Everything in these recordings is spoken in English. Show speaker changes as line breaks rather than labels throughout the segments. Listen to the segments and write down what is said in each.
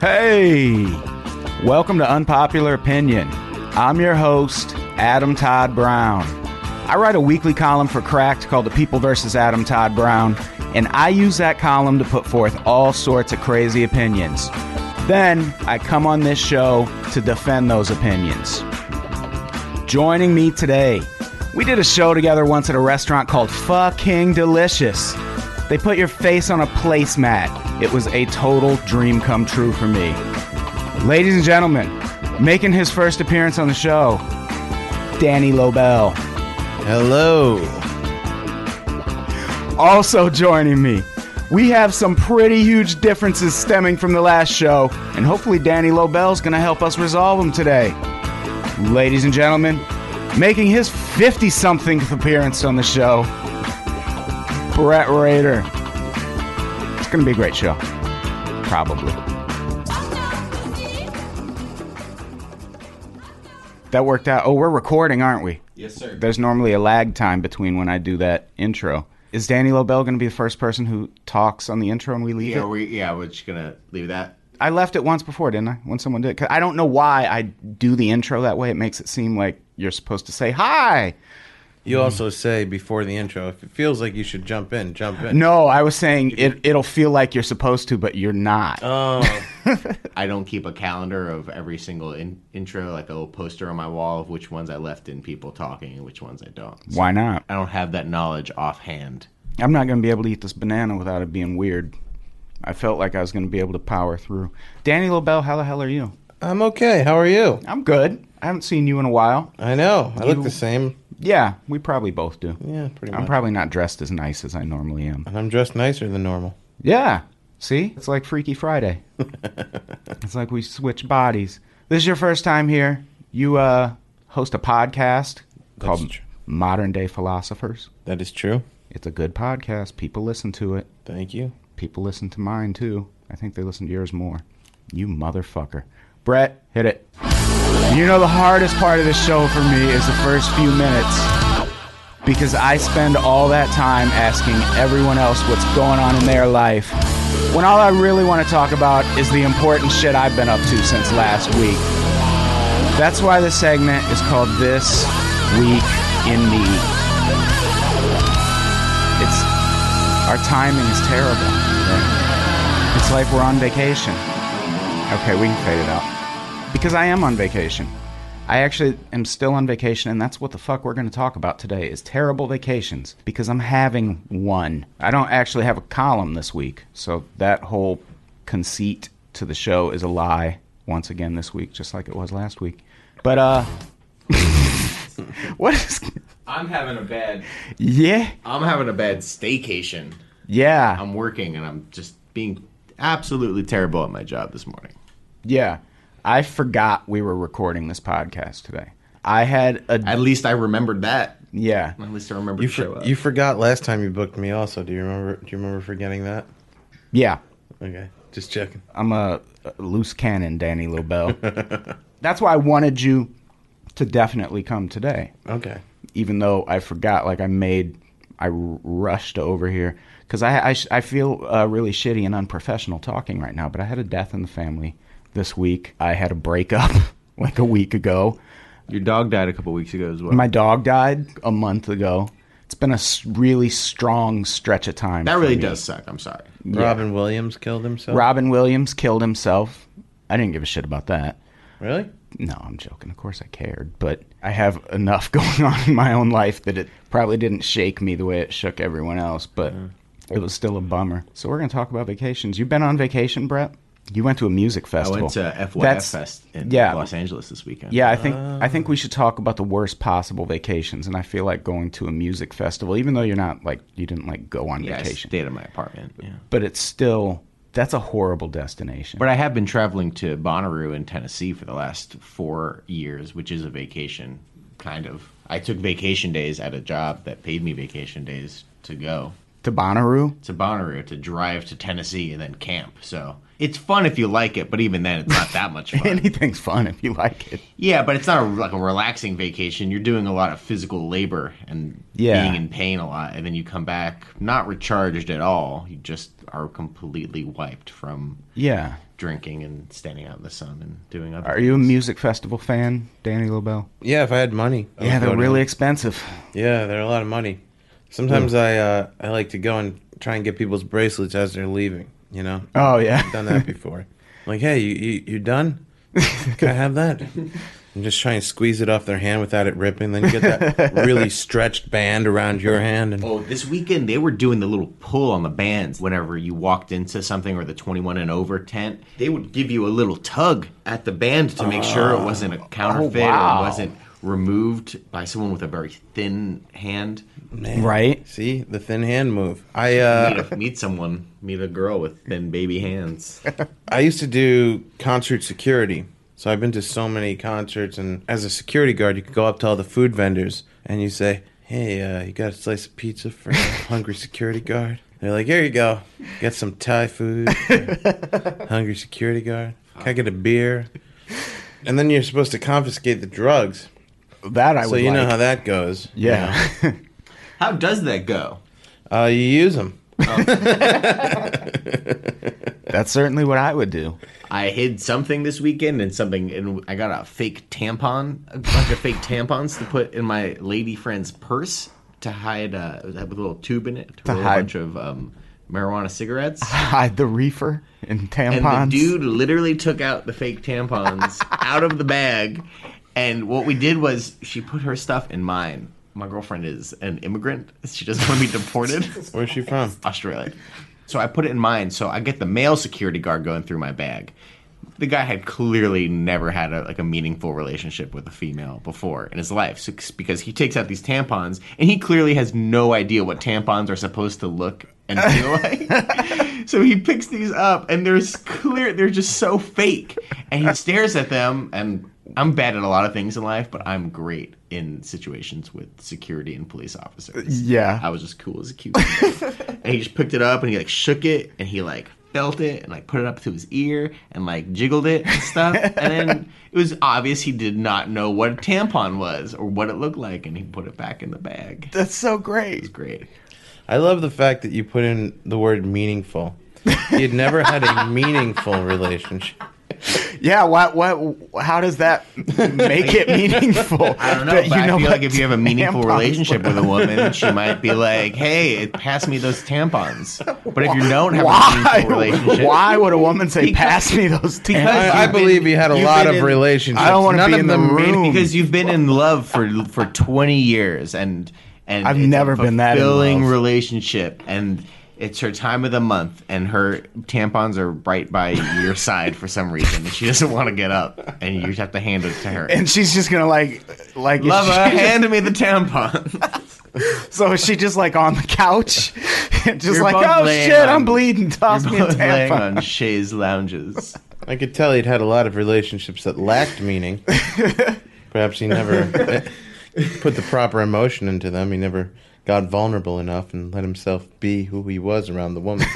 Hey, welcome to Unpopular Opinion. I'm your host, Adam Todd Brown. I write a weekly column for Cracked called The People vs. Adam Todd Brown, and I use that column to put forth all sorts of crazy opinions. Then I come on this show to defend those opinions. Joining me today, we did a show together once at a restaurant called Fucking Delicious. They put your face on a placemat. It was a total dream come true for me. Ladies and gentlemen, making his first appearance on the show, Danny Lobel.
Hello.
Also joining me, we have some pretty huge differences stemming from the last show, and hopefully Danny Lobel's gonna help us resolve them today. Ladies and gentlemen, making his 50 something appearance on the show, Brett Rader. It's gonna be a great show. Probably. That worked out. Oh, we're recording, aren't we?
Yes, sir.
There's normally a lag time between when I do that intro. Is Danny Lobel going to be the first person who talks on the intro and we leave
yeah,
it?
we, yeah, we're just gonna leave that.
I left it once before, didn't I? When someone did, 'Cause I don't know why I do the intro that way. It makes it seem like you're supposed to say hi. Mm-hmm.
You also say before the intro, if it feels like you should jump in, jump in.
No, I was saying it. It'll feel like you're supposed to, but you're not.
Uh,
Oh,
I don't keep a calendar of every single in- intro, like a little poster on my wall of which ones I left in people talking and which ones I don't. So
why not?
I don't have that knowledge offhand.
I'm not going to be able to eat this banana without it being weird. I felt like I was going to be able to power through. Danny Lobel, how the hell are you?
I'm okay. How are you?
I'm good. I haven't seen you in a while.
I know. I
You-
look the same.
Yeah, we probably both do.
Yeah, pretty much.
I'm probably not dressed as nice as I normally am.
and I'm dressed nicer than normal.
Yeah. See? It's like Freaky Friday. it's like we switch bodies. This is your first time here. You uh, host a podcast called
true.
Modern Day Philosophers.
That is true.
It's a good podcast. People listen to it.
Thank you.
People listen to mine too. I think they listen to yours more. You motherfucker. Brett, hit it. You know, the hardest part of this show for me is the first few minutes because I spend all that time asking everyone else what's going on in their life when all I really want to talk about is the important shit I've been up to since last week. That's why this segment is called This Week in Me. It's our timing is terrible. It's like we're on vacation. Okay, we can fade it out. Because I am on vacation. I actually am still on vacation, and that's what the fuck we're going to talk about today is terrible vacations because I'm having one. I don't actually have a column this week, so that whole conceit to the show is a lie once again this week, just like it was last week. But uh, what is?
I'm having a bad.
Yeah,
I'm having a bad staycation.
yeah.
I'm working and I'm just being absolutely terrible at my job this morning.
Yeah. I forgot we were recording this podcast today. I had a
At least I remembered that.
yeah.
At least I remembered
You
to
for-
show up.
you forgot last time you booked me. Also, do you remember? Do you remember forgetting that?
Yeah.
Okay, just checking.
I'm a, a loose cannon, Danny Lobel. That's why I wanted you to definitely come today,
Okay.
even though I forgot. Like I made, I r- rushed over here because I I, sh- I feel uh, really shitty and unprofessional talking right now. But I had a death in the family this week. I had a breakup like a week ago.
Your dog died a couple weeks ago as well.
My dog died a month ago. It's been a s- really strong stretch of time.
that
for
really
me.
does suck. I'm sorry.
Robin Williams killed himself.
Robin Williams killed himself. I didn't give a shit about that.
really?
No, I'm joking. Of course I cared, but I have enough going on in my own life that it probably didn't shake me the way it shook everyone else, but it was still a bummer. So we're going to talk about vacations. You've been on vacation, Brett? You went to a music
I
festival.
went to FYF
That's-
Fest in
yeah.
Los Angeles this weekend.
Yeah, I think I think
Uh.
we should talk about the worst possible vacations, and I feel like going to a music festival, even though you're not like you didn't like go on
yeah, I
vacation,
stayed at my apartment. Yeah.
but it's still that's a horrible destination.
But I have been traveling to Bonnaroo in Tennessee for the last four years, which is a vacation, kind of. I took vacation days at a job that paid me vacation days to go
to Bonnaroo,
to Bonnaroo to drive to Tennessee and then camp. So it's fun if you like it, but even then, it's not that much fun.
anything's fun if you like it.
Yeah, but it's not a, like a relaxing vacation. You're doing a lot of physical labor and
Yeah.
being in pain a lot, and then you come back not recharged at all. You just are completely wiped from
Yeah,
drinking and standing out in the sun and doing other.
Are you a music festival fan, Danny Lobel?
Yeah, if I had money. I
Yeah,
would
they're
go to
really
them.
expensive.
Yeah, they're a lot of money. Sometimes I uh, I like to go and try and get people's bracelets as they're leaving. You know,
Oh yeah,
done that before. like, hey, you you, you done? Can I have that? And just try and squeeze it off their hand without it ripping. Then you get that really stretched band around your hand, and
Oh, this weekend they were doing the little pull on the bands whenever you walked into something or the 21 and over tent. They would give you a little tug at the band to make sure it wasn't a counterfeit
Oh, wow.
or it wasn't removed by someone with a very thin hand.
man,
Right.
See the thin hand move. I uh,
meet, a- meet someone, meet a girl with thin baby hands.
I used to do concert security. So I've been to so many concerts, and as a security guard, you could go up to all the food vendors and you say, "Hey, uh, you got a slice of pizza for a hungry security guard?" They're like, "Here you go. Get some Thai food, hungry security guard. Can I get a beer?" And then you're supposed to confiscate the drugs.
that I
So
would.
you know
like.
how that goes. you
Yeah,
How does that go?
know? Uh, you use them.
that's certainly what I would do.
I hid something this weekend and something, and I got a fake tampon, a bunch of fake tampons to put in my lady friend's purse to hide uh, it had a little tube in it to, roll
hide-
a bunch of um, marijuana cigarettes.
Hide the reefer and
And
tampons.
the dude literally took out the fake tampons out of the bag. And what we did was she put her stuff in mine. My girlfriend is an immigrant. She doesn't want to be deported.
Where's she from?
Australia. So I put it in mine. So I get the male security guard going through my bag. The guy had clearly never had a, like a meaningful relationship with a female before in his life, so, because he takes out these tampons and he clearly has no idea what tampons are supposed to look and feel like. so he picks these up and they're s- clear, they're just so fake. And he stares at them. And I'm bad at a lot of things in life, but I'm great in situations with security and police officers.
Yeah.
I was just cool as a cucumber. and he just picked it up and he like shook it and he like felt it and like put it up to his ear and like jiggled it and stuff. and then it was obvious he did not know what a tampon was or what it looked like and he put it back in the bag.
That's so great.
Great.
I love the fact that you put in the word meaningful. He had never had a meaningful relationship.
Yeah. What? What? How does that make it meaningful?
I don't know,
that
but I feel
what
like if you have a meaningful
tampons
relationship
look-
with a woman, she might be like, "Hey, pass me those tampons." But if you don't have
why?
a meaningful relationship,
Why would a woman say,
Because-
"Pass me those tampons"?
Because-
I, I
You've been-
believe he had a
you've
lot
been
of
in-
relationships.
I don't wanna
None
be
of
in
them
the
mean-
room.
because you've been in love for for 20 years and and
I've
it's
never
a
been that in
fulfilling
love.
relationship and it's her time of the month and her tampons are right by your side for some reason and she doesn't want to get up and you just have to hand it to her
And she's just gonna like, like,
love
she-
her hand me the tampon
So is she just like on the couch, and just
You're
like,
both
oh
laying
shit,
on-
I'm bleeding. Toss me a
Both laying
tampon.
on chaise lounges
I could tell he'd had a lot of relationships that lacked meaning. Perhaps he never eh, put the proper emotion into them. He never got vulnerable enough and let himself be who he was around the woman.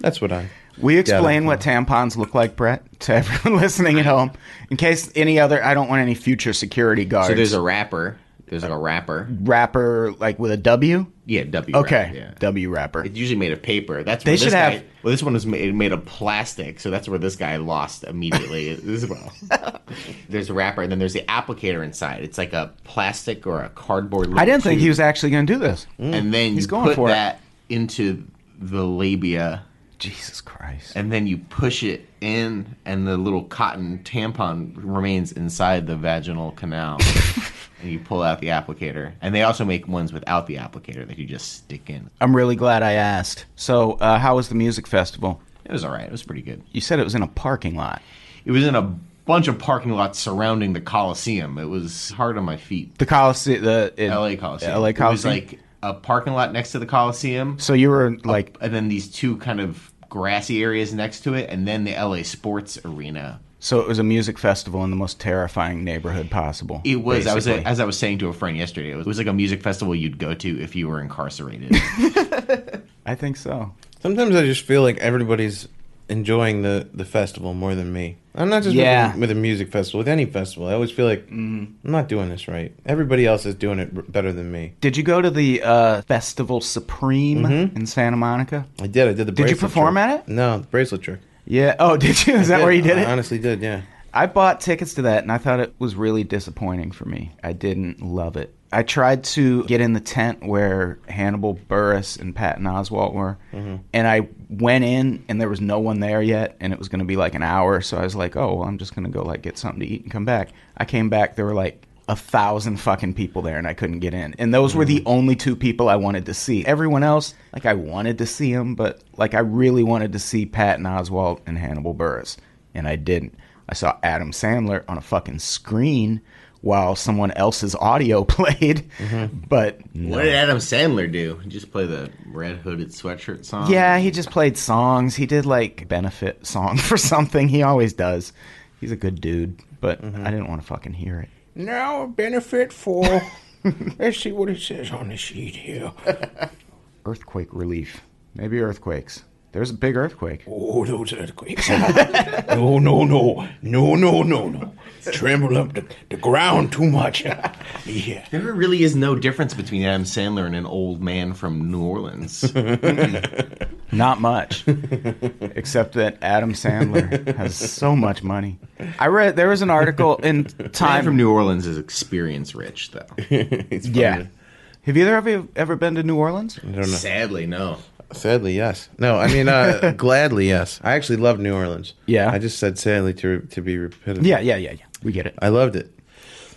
That's what I.
We explain
Yeah,
what tampons look like, Brett, to everyone listening at home, in case any other. I don't want any future security guards.
so there's a rapper there's like a rapper
rapper like with a W.
yeah w
Okay,
rapper, yeah.
W rapper.
It's usually made of paper. That's
They
where this
should have-
Guy, well, this one was made, made of plastic, so that's where this guy lost immediately as well. There's a wrapper, and then there's the applicator inside. It's like a plastic or a cardboard.
I didn't think he was actually going to do this.
And then
He's
you
going
put
for it.
that into the labia,
Jesus Christ!
and then you push it in, and the little cotton tampon remains inside the vaginal canal. and you pull out the applicator, and they also make ones without the applicator that you just stick in.
I'm really glad I asked. So, uh, how was the music festival?
It was all right. It was pretty good.
You said it was in a parking lot.
It was in a bunch of parking lots surrounding the Coliseum. It was hard on my feet.
The Coliseum, the it-
LA Coliseum.
LA
It was
Coliseum.
like a parking lot next to the Coliseum,
so you were like,
and then these two kind of grassy areas next to it, and then the LA Sports Arena.
so it was a music festival in the most terrifying neighborhood possible.
It was. I was
basically.
as I was saying to a friend yesterday. It was, it was like a music festival you'd go to if you were incarcerated.
I think so.
Sometimes I just feel like everybody's enjoying the, the festival more than me. I'm not just
Yeah. Mm-hmm.
with, with a music festival, with any festival. I always feel like I'm not doing this right. Everybody else is doing it r- better than me.
Did you go to the uh,
Mm-hmm.
Festival Supreme in Santa Monica?
I did. I did the.
Did you perform at it?
No, the bracelet trick.
Yeah. Oh, did you? Is that where you did
I
it?
honestly did, yeah.
I bought tickets to that and I thought it was really disappointing for me. I didn't love it. I tried to get in the tent where Hannibal Burris and Patton Oswalt were, and I went in and there was no one there yet, and it was going to be like an hour. So I was like, "Oh, well, I'm just going to go like get something to eat and come back." I came back, there were like a thousand fucking people there, and I couldn't get in. And those were the only two people I wanted to see. Everyone else, like I wanted to see them, but like I really wanted to see Patton Oswalt and Hannibal Burris and I didn't. I saw Adam Sandler on a fucking screen while someone else's audio played,
Mm-hmm.
but
What did Adam Sandler do? He just play the red hooded sweatshirt song.
yeah, he just played songs. He did like benefit song for something. He always does. He's a good dude, but
Mm-hmm.
I didn't want to fucking hear it.
Now a benefit for. Let's see what it says on the sheet here.
Earthquake relief, maybe earthquakes. There's a big earthquake.
Oh, those earthquakes. no, no, no. No, no, no, no. Tremble up the, the ground too much. yeah.
There really is no difference between Adam Sandler and an old man from New Orleans.
Not much, except that Adam Sandler has so much money. I read there was an article in
Time
Time
from New Orleans is experience rich, though.
It's
Yeah.
funny.
Have either of you ever been to New Orleans?
I don't know.
Sadly, no.
Sadly, yes. No, I mean, uh, gladly, yes. I actually love New Orleans.
Yeah.
I just said sadly to to be repetitive.
Yeah, yeah, yeah, yeah. We get it. Uh,
I loved it.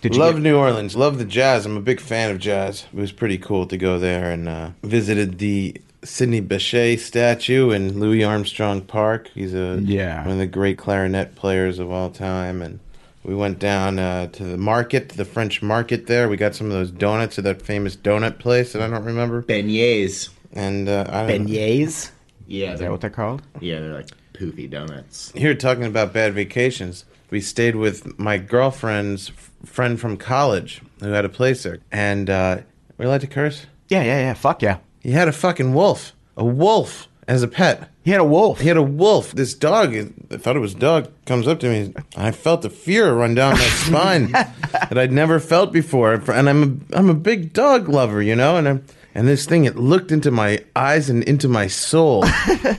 Did you
Love
get-
New Orleans. Love the jazz. I'm a big fan of jazz. It was pretty cool to go there and uh, visited the Sidney Bechet statue in Louis Armstrong Park. He's a
Yeah.
one of the great clarinet players of all time. And we went down uh, to the market, the French market there. We got some of those donuts at that famous donut place that I don't remember.
Beignets.
And uh, I don't know.
beignets?
Yeah,
Is that
they're,
what they're called?
yeah, they're like poofy donuts.
here talking about bad vacations we stayed with my girlfriend's f- friend from college who had a place there and uh we allowed to curse
Yeah, yeah, yeah. Fuck yeah.
he had a fucking wolf a wolf as a pet
He had a wolf.
he had a wolf this dog i thought it was a dog comes up to me i felt the fear run down my spine that i'd never felt before and i'm a, i'm a big dog lover you know and i'm and this thing, it looked into my eyes and into my soul,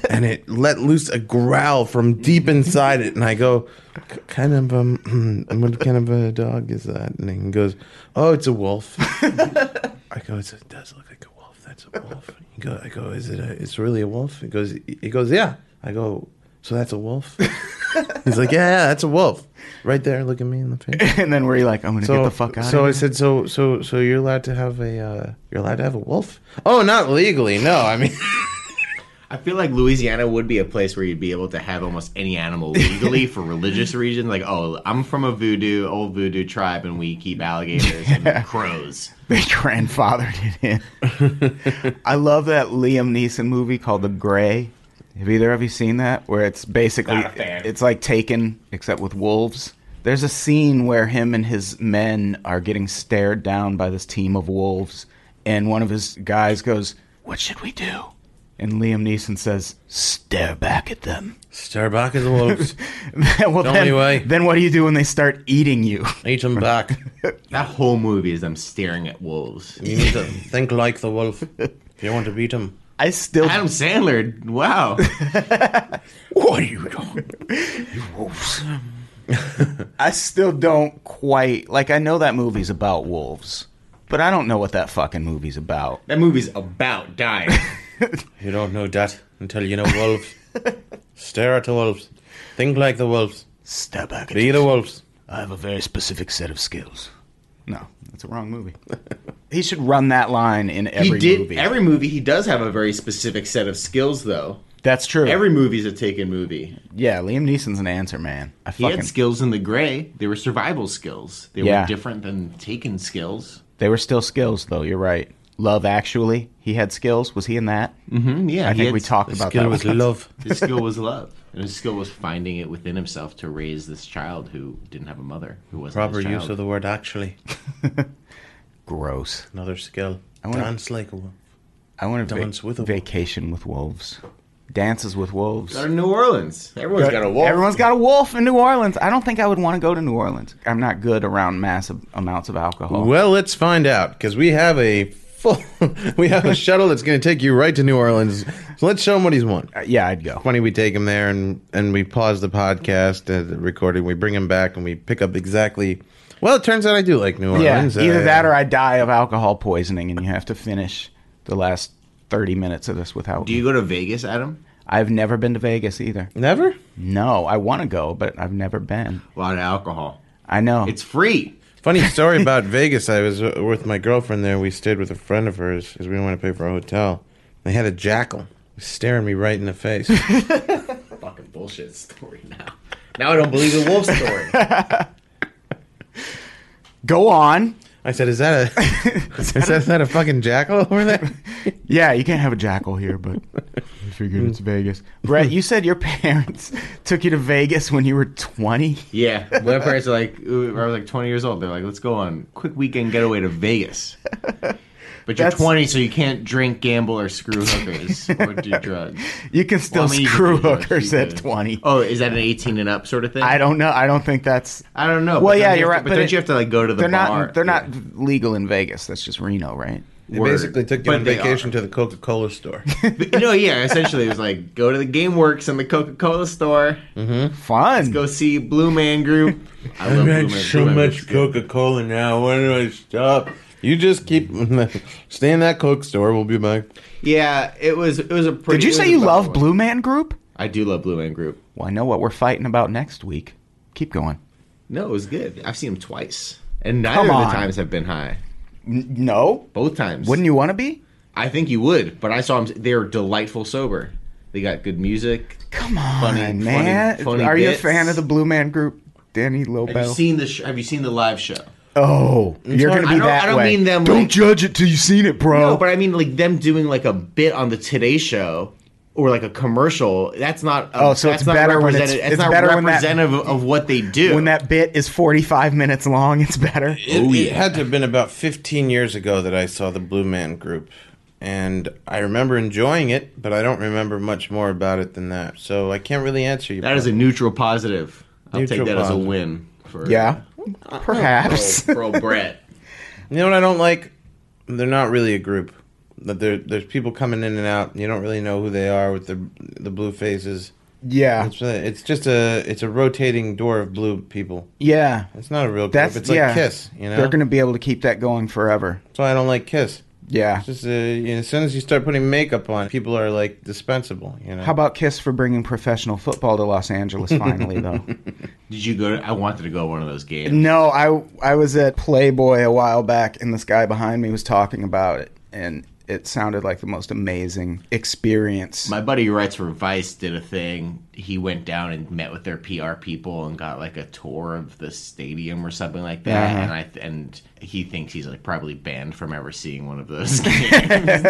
and it let loose a growl from deep inside it. And I go, "K- kind of, um, what kind of a dog is that? And he goes, oh, it's a wolf. I go, it's, it does look like a wolf. That's a wolf. He go, I go, is it? A, it's really a wolf? He goes, he goes, yeah. I go, so that's a wolf. He's like, yeah, yeah, that's a wolf, right there. Look at me in the face.
and then were you like, I'm gonna get the fuck out
so I
of here?
said, so, so, so you're allowed to have a, uh, you're allowed to have a wolf? Oh, not legally. No, I mean,
I feel like Louisiana would be a place where you'd be able to have almost any animal legally for religious reasons. Like, oh, I'm from a voodoo, old voodoo tribe, and we keep alligators and crows.
They grandfathered it in. I love that Liam Neeson movie called The Gray. Have either of you seen that? Where it's basically
Not a fan.
it's like Taken except with wolves. There's a scene where him and his men are getting stared down by this team of wolves, and one of his guys goes, "What should we do?" And Liam Neeson says, "Stare back at them."
Starbuck is a wolf.
well,
The
then,
only way.
then what do you do when they start eating you?
Eat him back.
That whole movie is them staring at wolves.
You need to think like the wolf if you want to beat him.
I still
Adam Sandler, wow.
What are you doing?
I still don't quite like I know that movie's about wolves, but I don't know what that fucking movie's about.
That movie's about dying.
You don't know that until you know wolves. Stare at the wolves. Think like the wolves.
Step back.
Be the wolves.
I have a very specific set of skills. No, that's a wrong movie. he should run that line in every
he did
movie.
every movie. He does have a very specific set of skills, though.
that's true.
Every movie's a taken movie.
yeah, Liam Neeson's an answer man. I
He
fucking
had skills in the gray. They were survival skills. They
Yeah.
were different than taken skills.
they were still skills though. You're right. Love Actually, he had skills. Was he in that?
Mm, yeah,
I think we talked about
Skill
that.
with
one.
love.
His skill was love, and his skill was finding it within himself to raise this child who didn't have a mother, who wasn't
Proper
his child.
use of the word actually.
Gross.
Another skill.
wanna-
Dance like a wolf.
I want to
Dance with a wolf.
vacation with wolves. Dances with wolves.
Go to New Orleans. Everyone's got a wolf.
Everyone's got a wolf in New Orleans. I don't think I would want to go to New Orleans. I'm not good around massive amounts of alcohol.
Well, let's find out because we have a full. we have a shuttle that's going to take you right to New Orleans. So let's show him what he's won.
Uh, yeah, I'd go.
Funny, we take him there and and we pause the podcast and the recording. We bring him back and we pick up exactly. Well, it turns out I do like New
Yeah,
Orleans.
either
Uh,
that or I die of alcohol poisoning, and you have to finish the last thirty minutes of this without.
Do you go to Vegas, Adam?
I've never been to Vegas either.
never.
No, I want to go, but I've never been.
A lot of alcohol.
I know.
It's free.
Funny story about Vegas. I was uh, with my girlfriend there. We stayed with a friend of hers because we didn't want to pay for a hotel. They had a jackal staring me right in the face.
Fucking bullshit story now. Now I don't believe the wolf story.
go on.
I said, "Is that a is that, is that a fucking jackal over there?"
Yeah, you can't have a jackal here, but I figured it's Vegas. Brett, you said your parents took you to Vegas when you were 20.
yeah, my parents are like, ooh, I was like 20 years old. They're like, let's go on quick weekend getaway to Vegas. But you're
That's-
20, so you can't drink, gamble, or screw hookers or do drugs.
You can still
Well, I mean, you can
screw
do drugs,
hookers
you
at
could.
20.
Oh, is that an 18 and up sort of thing?
I don't know. I don't think that's.
I don't know.
Well,
but
yeah,
don't you
you're
have
right.
to- but, don't you have to like go to the
they're
bar?
Not, they're not legal in Vegas. That's just Reno, right?
They
Word.
basically took you
But
on
they
vacation
are.
to the Coca Cola store.
no, yeah. Essentially, it was like go to the GameWorks and the Coca Cola store.
Fun.
Go see Blue Man Group. I love Blue Man. Blue Man Group's good.
Coca Cola now. When do I stop? You just keep stay in that Coke store. We'll be back.
Oh, Yeah, it was. It was a. Pretty,
Did you
it was
say
a
you
memorable
love
one.
Blue Man Group?
I do love Blue Man Group.
Well, I know what we're fighting about next week. Keep going.
No, it was good. I've seen them twice, and neither
Come
of
on.
the times have been high.
N- no.
Both times.
Wouldn't you want to be?
I think you would, but I saw them. They were delightful sober. They got good music.
Come on,
Funny- funny-
man.
funny
Are you a
bits.
fan of the Blue Man Group, Danny
Have you
Lobel?
seen the? Sh- have you seen the live show?
oh, you're
hard-
gonna
I
be
don't-
that
I don't
way.
mean them,
Don't
like-
judge it till you've seen it, bro.
No, but I mean like them doing like a bit on the Today Show or like a commercial. That's not.
Oh, so
that's
it's better when it's-
representative-
it's
not
better when that-
representative of what they do.
when that bit is 45 minutes long, it's better.
It, it had to have been about 15 years ago that I saw the Blue Man Group, and I remember enjoying it, but I don't remember much more about it than that. So I can't really answer you.
that is a neutral positive. I'll
Neutral
take that as a
positive.
win. For,
Yeah, perhaps.
Bro, Brett.
You know what I don't like? They're not really a group. That there, there's people coming in and out. And you don't really know who they are with the the blue faces.
Yeah,
It's, a- it's just a it's a rotating door of blue people.
yeah.
It's not a real group.
That's
it's like
yeah.
Kiss. You know,
They're gonna be able to keep that going forever.
that's why I don't like Kiss.
Yeah.
It's just uh you know, as soon as you start putting makeup on, people are like dispensable. You know,
How about Kiss for bringing professional football to Los Angeles finally, though?
Did you go? To, I wanted to go to one of those games.
No, I I was at Playboy a while back, and this guy behind me was talking about it, and it sounded like the most amazing experience.
My buddy who writes for Vice did a thing. He went down and met with their PR people and got like a tour of the stadium or something like that.
Uh-huh.
And I and he thinks he's like probably banned from ever seeing one of those games.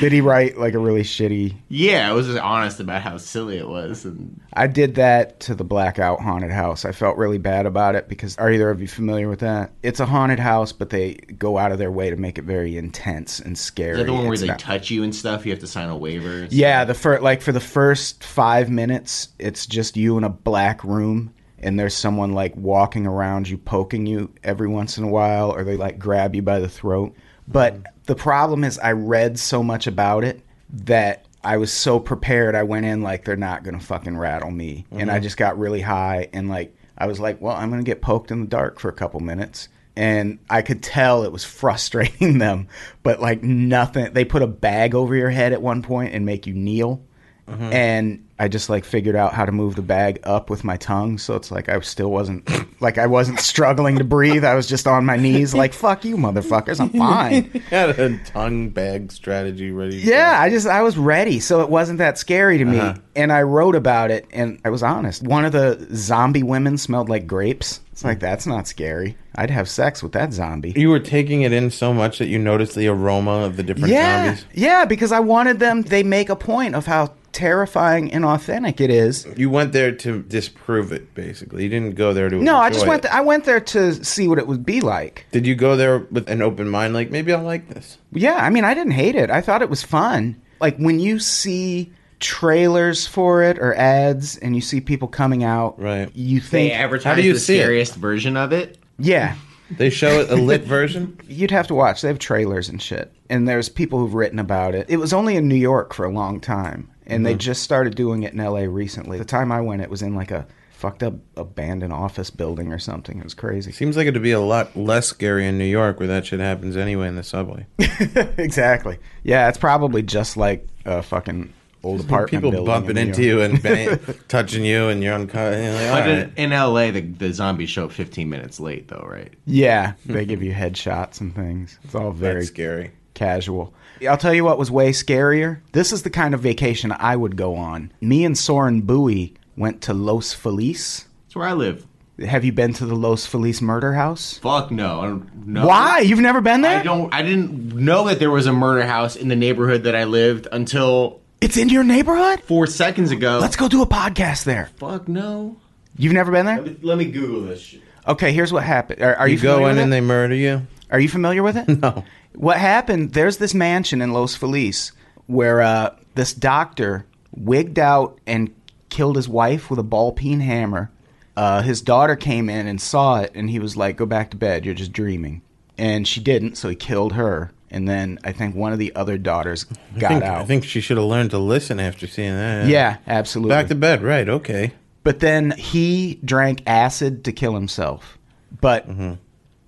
Did he write like a really shitty?
yeah, I was just honest about how silly it was. And
I did that to the Blackout Haunted House. I felt really bad about it because are either of you familiar with that? It's a haunted house, but they go out of their way to make it very intense and scary.
is that the one where
It's
they
not-
touch you and stuff? You have to sign a waiver. and
Yeah, the fir- like for the first five minutes, it's just you in a black room, and there's someone like walking around you, poking you every once in a while, or they like grab you by the throat. But the problem is, I read so much about it that I was so prepared. I went in like they're not gonna fucking rattle me, and I just got really high and like I was like, well, I'm going to get poked in the dark for a couple minutes. And I could tell it was frustrating them, but like nothing. They put a bag over your head at one point and make you kneel. And I just like figured out how to move the bag up with my tongue. So it's like I still wasn't, like I wasn't struggling to breathe. I was just on my knees, like, fuck you, motherfuckers. I'm fine.
had a tongue bag strategy ready?
Yeah, I just I was ready, so it wasn't that scary to me.
Uh-huh.
And I wrote about it, and I was honest. One of the zombie women smelled like grapes. It's like that's not scary. I'd have sex with that zombie.
You were taking it in so much that you noticed the aroma of the different
Yeah,
zombies.
yeah, because I wanted them. They make a point of how terrifying and authentic it is.
You went there to disprove it, basically. You didn't go there to.
No, I
enjoy
just went.
it.
th- I went there to see what it would be like.
Did you go there with an open mind? Like maybe I like this.
Yeah, I mean, I didn't hate it. I thought it was fun. Like when you see trailers for it or ads, and you see people coming out,
Right.
You
They
think
advertise
How do you
the
see it?
scariest version of it.
Yeah.
They show it a lit version.
You'd have to watch. They have trailers and shit. And there's people who've written about it. It was only in New York for a long time. And
Mm-hmm.
they just started doing it in LA recently. The time I went, it was in like a fucked up abandoned office building or something. It was crazy.
Seems like it'd be a lot less scary in New York, where that shit happens anyway in the subway.
exactly. Yeah, it's probably just like a fucking old apartment
People
building
bumping
in New
into
York.
you and bang, touching you, and you're unconscious. You're like,
But
"All
in-
right."
in, LA, the, the zombies show up 15 minutes late, though, right?
Yeah, they give you headshots and things. It's all very
That's scary.
casual. I'll tell you what was way scarier. This is the kind of vacation I would go on. Me and Soren Bowie went to Los Feliz.
It's where I live.
Have you been to the Los Feliz murder house?
Fuck no. I don't know.
Why? You've never been there?
I don't. I didn't know that there was a murder house in the neighborhood that I lived until
It's in your neighborhood?
four seconds ago.
Let's go do a podcast there.
Fuck no.
You've never been
Let
there?
me, let me Google this. Shit.
Okay, here's what happened. Are, are you,
You go
familiar
in
with it?
and they murder you.
Are you familiar with it?
No.
What happened? There's this mansion in Los Feliz where uh, this doctor wigged out and killed his wife with a ball peen hammer. Uh, his daughter came in and saw it, and he was like, "Go back to bed. You're just dreaming." And she didn't, so he killed her. And then I think one of the other daughters
I
got
think,
out.
I think she should have learned to listen after seeing that.
yeah, absolutely.
Back to bed. Right. Okay.
But then he drank acid to kill himself. But
Mm-hmm.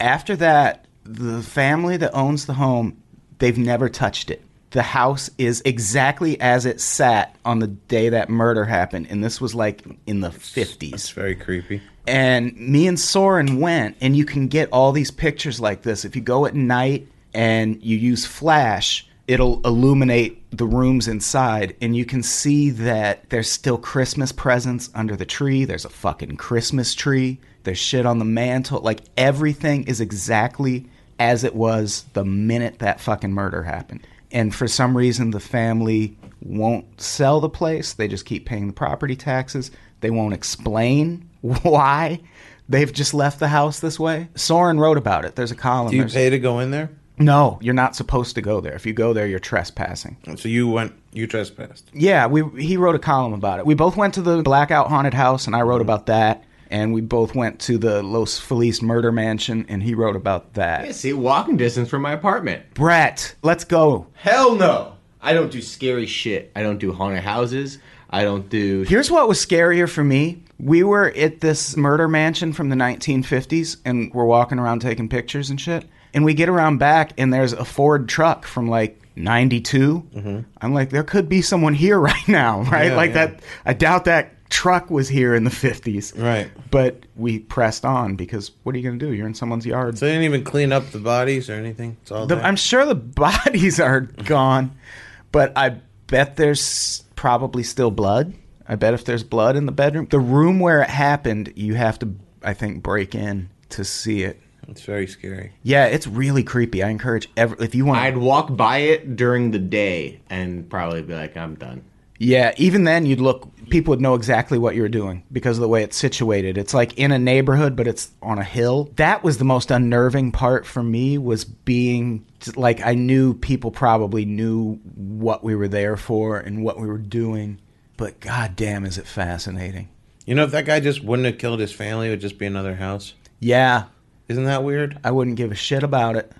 after that, the family that owns the home, they've never touched it. The house is exactly as it sat on the day that murder happened, and this was like in the
It's
50s.
very creepy.
And me and Soren went, and you can get all these pictures like this. If you go at night and you use flash, it'll illuminate the rooms inside, and you can see that there's still Christmas presents under the tree. There's a fucking Christmas tree. There's shit on the mantle. Like everything is exactly as it was the minute that fucking murder happened. And for some reason, the family won't sell the place. They just keep paying the property taxes. They won't explain why they've just left the house this way. Soren wrote about it. There's a column.
Do you
There's-
pay to go in there?
no, you're not supposed to go there. If you go there, you're trespassing.
So you went. You trespassed.
Yeah, we he wrote a column about it. We both went to the blackout haunted house, and I wrote about that. And we both went to the Los Feliz murder mansion, and he wrote about that.
Yeah, see, walking distance from my apartment.
Brett, let's go.
Hell no. I don't do scary shit. I don't do haunted houses. I don't do.
Here's what was scarier for me. We were at this murder mansion from the 1950s and we're walking around taking pictures and shit. And we get around back and there's a Ford truck from like 92. I'm like, there could be someone here right now, right?
Mm-hmm. Yeah,
like
yeah.
that. I doubt that truck was here in the 50s.
Right.
But we pressed on because what are you going to do? You're in someone's yard.
So they didn't even clean up the bodies or anything. It's all
The-
there.
I'm sure the bodies are gone, but I bet there's probably still blood. I bet if there's blood in the bedroom, the room where it happened, you have to, I think, break in to see it.
It's very scary.
Yeah, it's really creepy. I encourage every if you want.
I'd walk by it during the day and probably be like, I'm done.
yeah, even then you'd look. People would know exactly what you were doing because of the way it's situated. It's like in a neighborhood, but it's on a hill. That was the most unnerving part for me was being like I knew people probably knew what we were there for and what we were doing, but goddamn, is it fascinating?
You know, if that guy just wouldn't have killed his family, it would just be another house.
Yeah,
Isn't that weird?
I wouldn't give a shit about it.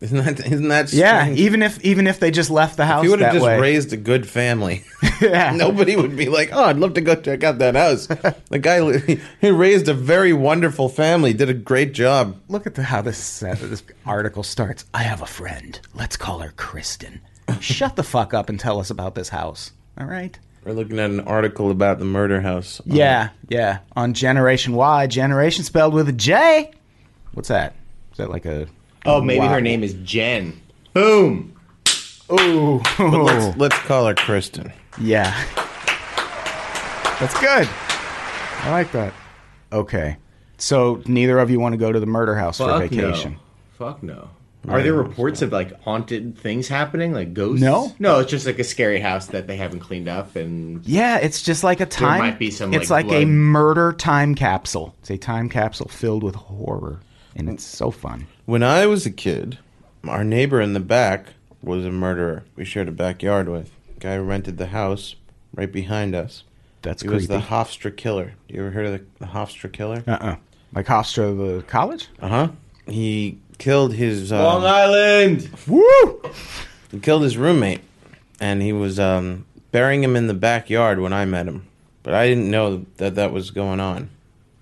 Isn't that isn't that
Yeah,
strange?
even if even if they just left the house
If you would
that
have just
way.
raised a good family,
Yeah.
nobody would be like, "Oh, I'd love to go check out that house." the guy li- he raised a very wonderful family, did a great job.
Look at the, how this set, this article starts. I have a friend. Let's call her Kristen. Shut the fuck up and tell us about this house. All right.
We're looking at an article about the murder house. on-
Yeah, yeah. On Generation Y, Generation spelled with a J. What's that? Is that like a?
Oh, maybe
Wow.
her name is Jen. Boom.
Ooh.
Let's, let's call her Kristen.
yeah. That's good. I like that. Okay. So neither of you want to go to the murder house for
Fuck
vacation.
no. Fuck no. Are there reports of like haunted things happening, like ghosts?
No.
no, it's just like a scary house that they haven't cleaned up, and
Yeah, it's just like a time.
might be some,
It's like,
like,
a
blood.
murder time capsule. It's a time capsule filled with horror, and it's so fun.
When I was a kid, our neighbor in the back was a murderer. We shared a backyard with. Guy rented the house right behind us.
That's
He
creepy.
was the Hofstra killer. You ever heard of the, the Hofstra killer?
uh-uh. Like Hofstra, the college.
Uh huh. he killed his
Long
um,
Island.
he killed his roommate, and he was um, burying him in the backyard when I met him. But I didn't know that that was going on.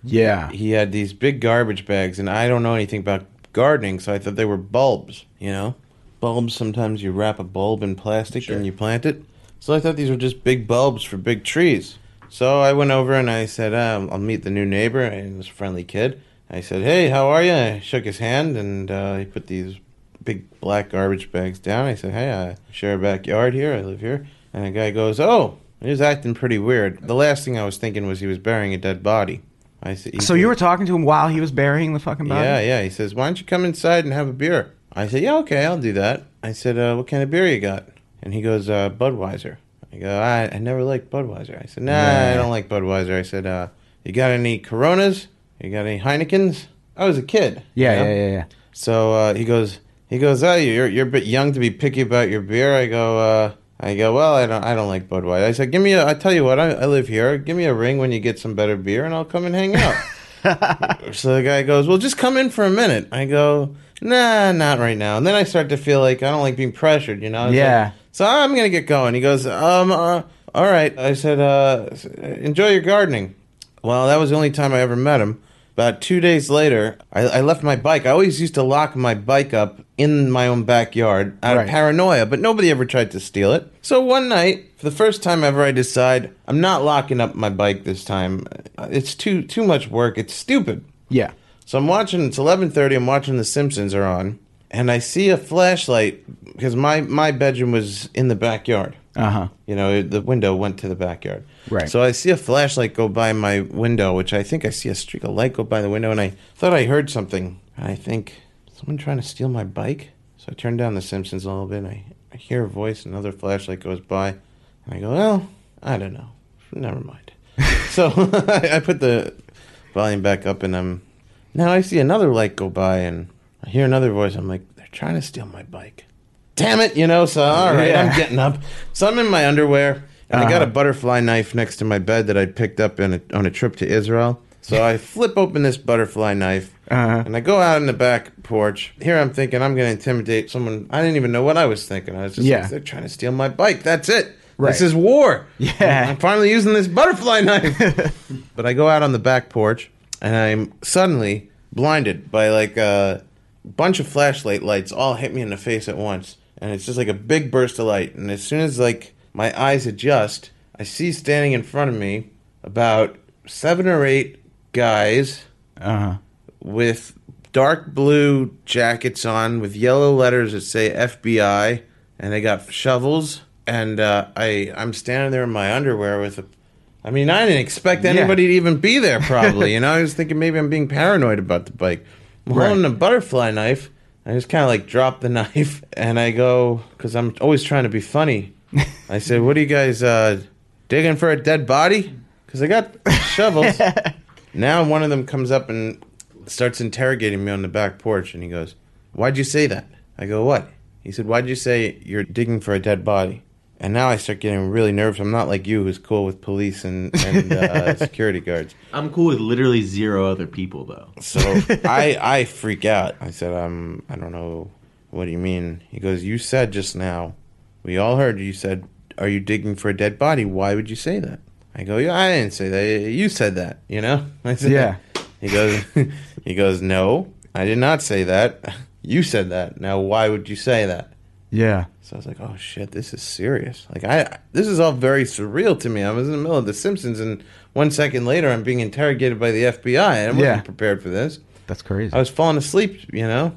Yeah.
He had these big garbage bags, and I don't know anything about gardening, so I thought they were bulbs. You know, bulbs. Sometimes you wrap a bulb in plastic and you plant it. So I thought these were just big bulbs for big trees. So I went over and I said, um, "I'll meet the new neighbor." And he was a friendly kid. I said, "Hey, how are you?" I shook his hand, and uh, he put these big black garbage bags down. I said, "Hey, I share a backyard here. I live here." And the guy goes, "Oh." He was acting pretty weird. The last thing I was thinking was he was burying a dead body. I said, he
So you were talking to him while he was burying the fucking body?
yeah, yeah. He says, "Why don't you come inside and have a beer?" I said, "Yeah, okay, I'll do that." I said, uh, "What kind of beer you got?" And he goes, uh, "Budweiser." I go, I, "I never liked Budweiser." I said, "Nah, I don't like Budweiser." I said, uh, "You got any Coronas? You got any Heinekens?" I was a kid.
Yeah,
you know?
yeah, yeah, yeah.
So uh, he goes, he goes, oh, you're you're a bit young to be picky about your beer. I go, uh, I go, well, I don't, I don't like Budweiser. I said, give me a, I tell you what, I, I live here. Give me a ring when you get some better beer, and I'll come and hang out. so the guy goes, well, just come in for a minute. I go, nah, not right now. And then I start to feel like I don't like being pressured, you know? It's
Yeah.
like, so I'm gonna get going. He goes, um, uh, all right. I said, uh, s- enjoy your gardening. Well, that was the only time I ever met him. About two days later, I, I left my bike. I always used to lock my bike up in my own backyard out
Right.
of paranoia, but nobody ever tried to steal it. So one night, for the first time ever, I decide I'm not locking up my bike this time. Uh, It's too too much work. It's stupid.
Yeah.
So I'm watching. It's 11:30. I'm watching The Simpsons are on, and I see a flashlight because my my bedroom was in the backyard.
Uh huh.
You know, it- the window went to the backyard.
Right.
So I see a flashlight go by my window, which I think I see a streak of light go by the window, and I thought I heard something. And I think someone trying to steal my bike. So I turn down The Simpsons a little bit, and I, I hear a voice. Another flashlight goes by, and I go, "Well, I don't know. Never mind." so I, I put the volume back up, and I'm now I see another light go by, and I hear another voice. I'm like, "They're trying to steal my bike." Damn it, you know. So all right,
Yeah.
I'm getting up. So I'm in my underwear, and I got a
Uh-huh.
butterfly knife next to my bed that I picked up in a, on a trip to Israel. So I flip open this butterfly knife,
Uh-huh.
and I go out in the back porch. Here I'm thinking I'm going to intimidate someone. I didn't even know what I was thinking. I was just
Yeah.
like, they're trying to steal my bike. That's it.
Right.
This is war.
Yeah.
I'm finally using this butterfly knife. but I go out on the back porch, and I'm suddenly blinded by like a bunch of flashlight lights all hit me in the face at once. And it's just like a big burst of light. And as soon as like my eyes adjust, I see standing in front of me about seven or eight guys
Uh huh.
with dark blue jackets on with yellow letters that say FBI, and they got shovels. And uh, I, I'm standing there in my underwear with a. I mean, I didn't expect anybody to even be there. Probably, you know, I was thinking maybe I'm being paranoid about the bike. I'm
Right.
holding a butterfly knife. I just kind of like drop the knife, and I go because I'm always trying to be funny. I said, "What are you guys uh, digging for a dead body?" Because I got shovels. Now one of them comes up and starts interrogating me on the back porch, and he goes, "Why'd you say that?" I go, "What?" He said, "Why'd you say you're digging for a dead body?" And now I start getting really nervous. I'm not like you, who's cool with police and, and uh, security guards.
I'm cool with literally zero other people though.
So I I freak out. I said, "Um, I don't know. What do you mean?" He goes, "You said just now. We all heard you said, are you digging for a dead body? Why would you say that?" I go, "Yeah, I didn't say that. You said that. You know." I said,
Yeah.
He goes, he goes, "No, I did not say that. You said that. Now, why would you say that?"
Yeah.
So I was like, "Oh shit, this is serious. Like I this is all very surreal to me. I was in the middle of The Simpsons, and one second later, I'm being interrogated by the FBI. I wasn't
Yeah.
prepared for this."
That's crazy.
I was falling asleep, you know.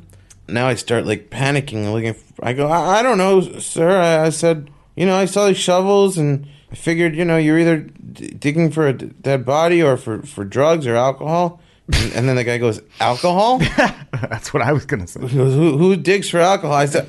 Now I start like panicking, looking. For, I go, I, I don't know, sir. I, I said, you know, I saw these shovels, and I figured, you know, you're either d- digging for a d- dead body or for for drugs or alcohol. And, and then the guy goes, alcohol.
That's what I was gonna say.
He goes, who, who digs for alcohol? I said,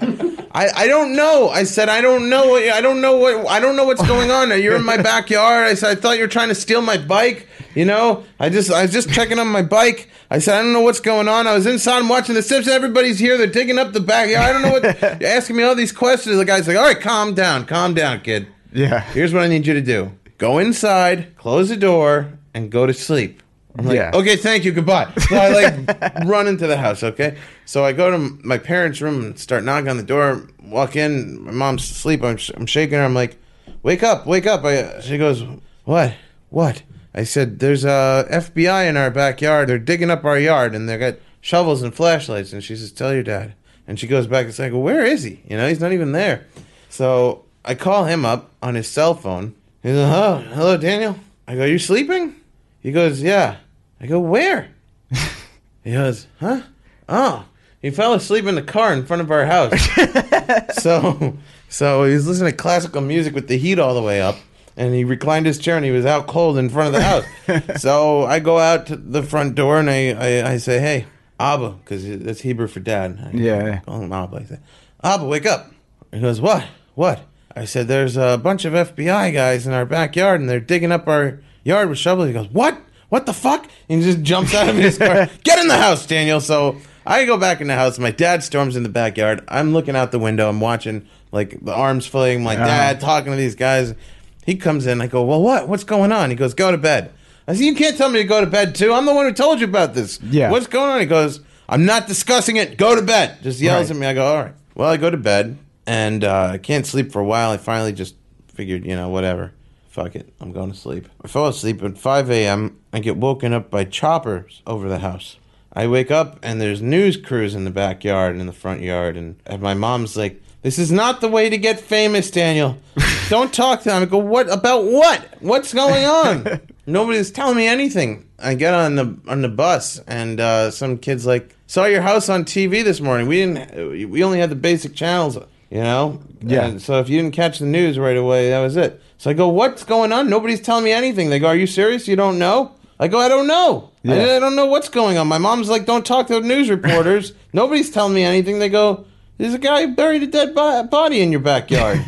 I, I don't know. I said, I don't know. what- I don't know what, I don't know what's going on. You're in my backyard. I said, I thought you were trying to steal my bike. You know, I just, I was just checking on my bike. I said, I don't know what's going on. I was inside I'm watching the Simpsons. Everybody's here. They're digging up the backyard. I don't know what, you're asking me all these questions. The guy's like, all right, calm down, calm down, kid.
Yeah.
Here's what I need you to do. Go inside, close the door, and go to sleep. I'm like,
Yeah.
okay, thank you, goodbye. So I like run into the house, okay? So I go to m- my parents' room and start knocking on the door, walk in, my mom's asleep. I'm, sh- I'm shaking her. I'm like, wake up, wake up. I, she goes, what? What? I said, there's a FBI in our backyard. They're digging up our yard and they got shovels and flashlights. And she says, tell your dad. And she goes back and like, well, where is he? You know, he's not even there. So I call him up on his cell phone. He's like, oh, hello, Daniel. I go, you sleeping? He goes, yeah. I go, where? he goes, huh? Oh, he fell asleep in the car in front of our house. so, so he was listening to classical music with the heat all the way up, and he reclined his chair and he was out cold in front of the house. so I go out to the front door and I, I, I say, hey, Abba, because that's Hebrew for dad. I
Yeah.
Call him Abba. I say, Abba, wake up. He goes, what? What? I said, there's a bunch of FBI guys in our backyard and they're digging up our yard with shovels. He goes, what? What the fuck? And he just jumps out of his car. Get in the house, Daniel. So I go back in the house. My dad storms in the backyard. I'm looking out the window. I'm watching like the arms flailing. My dad talking to these guys. He comes in. I go, well, what? What's going on? He goes, go to bed. I said, you can't tell me to go to bed too. I'm the one who told you about this.
Yeah.
What's going on? He goes, I'm not discussing it. Go to bed. Just yells
Right.
at me. I go, all right. Well, I go to bed and uh, I can't sleep for a while. I finally just figured, you know, whatever. Fuck it. I'm going to sleep. I fall asleep at 5 a.m. I get woken up by choppers over the house. I wake up and there's news crews in the backyard and in the front yard. And, and my mom's like, this is not the way to get famous, Daniel. Don't talk to them. I go, what about what? What's going on? Nobody's telling me anything. I get on the on the bus, and uh, some kids like saw your house on TV this morning. We didn't. We only had the basic channels, you know.
Yeah.
And so if you didn't catch the news right away, that was it. So I go, what's going on? Nobody's telling me anything. They go, are you serious? You don't know? I go, I don't know. I-
Yeah.
I don't know what's going on. My mom's like, don't talk to the news reporters. Nobody's telling me anything. They go, there's a guy who buried a dead bo- body in your backyard.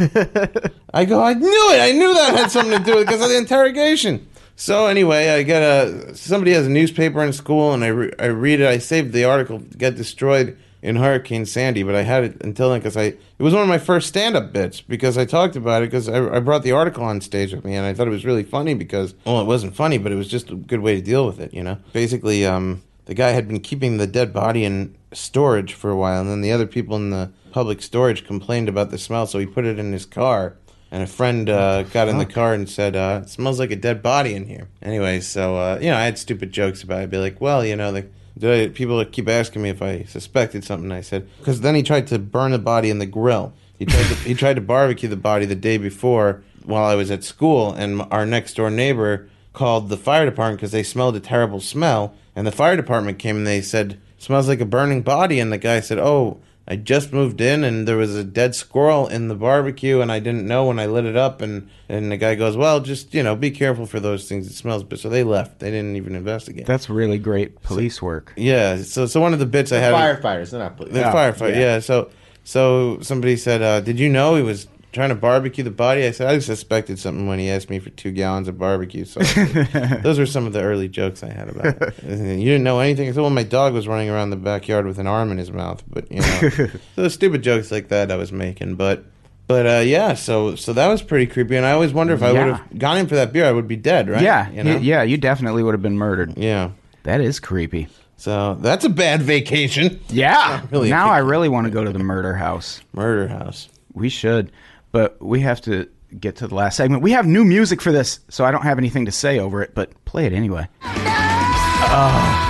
I go, I knew it. I knew that had something to do with it because of the interrogation. So anyway, I get a somebody has a newspaper in school, and I re, I read it. I saved the article "Get Destroyed in Hurricane Sandy," but I had it until then because I it was one of my first stand up bits because I talked about it because I, I brought the article on stage with me, and I thought it was really funny because well, it wasn't funny, but it was just a good way to deal with it, you know. Basically, um, the guy had been keeping the dead body in storage for a while, and then the other people in the public storage complained about the smell, so he put it in his car. And a friend uh, got in the car and said, uh, "It smells like a dead body in here." Anyway, so uh, you know, I had stupid jokes about. it. I'd be like, "Well, you know, like did I, people keep asking me if I suspected something." I said, "Because then he tried to burn the body in the grill. He tried to, he tried to barbecue the body the day before while I was at school, and our next door neighbor called the fire department because they smelled a terrible smell. And the fire department came and they said, smells like a burning body. And the guy said, oh, I just moved in and there was a dead squirrel in the barbecue and I didn't know when I lit it up. And, and the guy goes, well, just, you know, be careful for those things. It smells. But so they left. They didn't even investigate.
That's really great police work.
yeah. So, so one of the bits I had.
Firefighters, they're not police.
The firefighter, yeah. So, so somebody said, uh, "Did you know he was trying to barbecue the body?" I said, "I suspected something when he asked me for two gallons of barbecue." So, those were some of the early jokes I had about it. And you didn't know anything. I said, "Well, my dog was running around the backyard with an arm in his mouth," but you know, those stupid jokes like that I was making, but. But uh, yeah, so so that was pretty creepy, and I always wonder if I
Yeah.
would have gone in for that beer, I would be dead, right?
Yeah,
you know?
y- yeah, you definitely would have been murdered.
yeah.
That is creepy.
So that's a bad vacation,
Yeah.
really
now
a-
I really want to go to the murder house.
murder house.
We should, but we have to get to the last segment. We have new music for this, so I don't have anything to say over it, but play it anyway.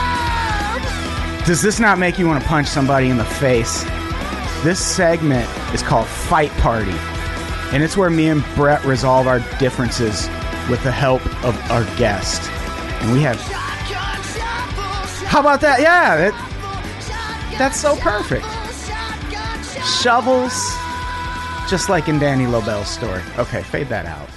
Oh. Does this not make you want to punch somebody in the face? This segment is called Fight Party, and it's where me and Brett resolve our differences with the help of our guest. And we have. How about that? Yeah, that,
That's so perfect.
shovels, just like in Danny Lobel's story. Okay, fade that out.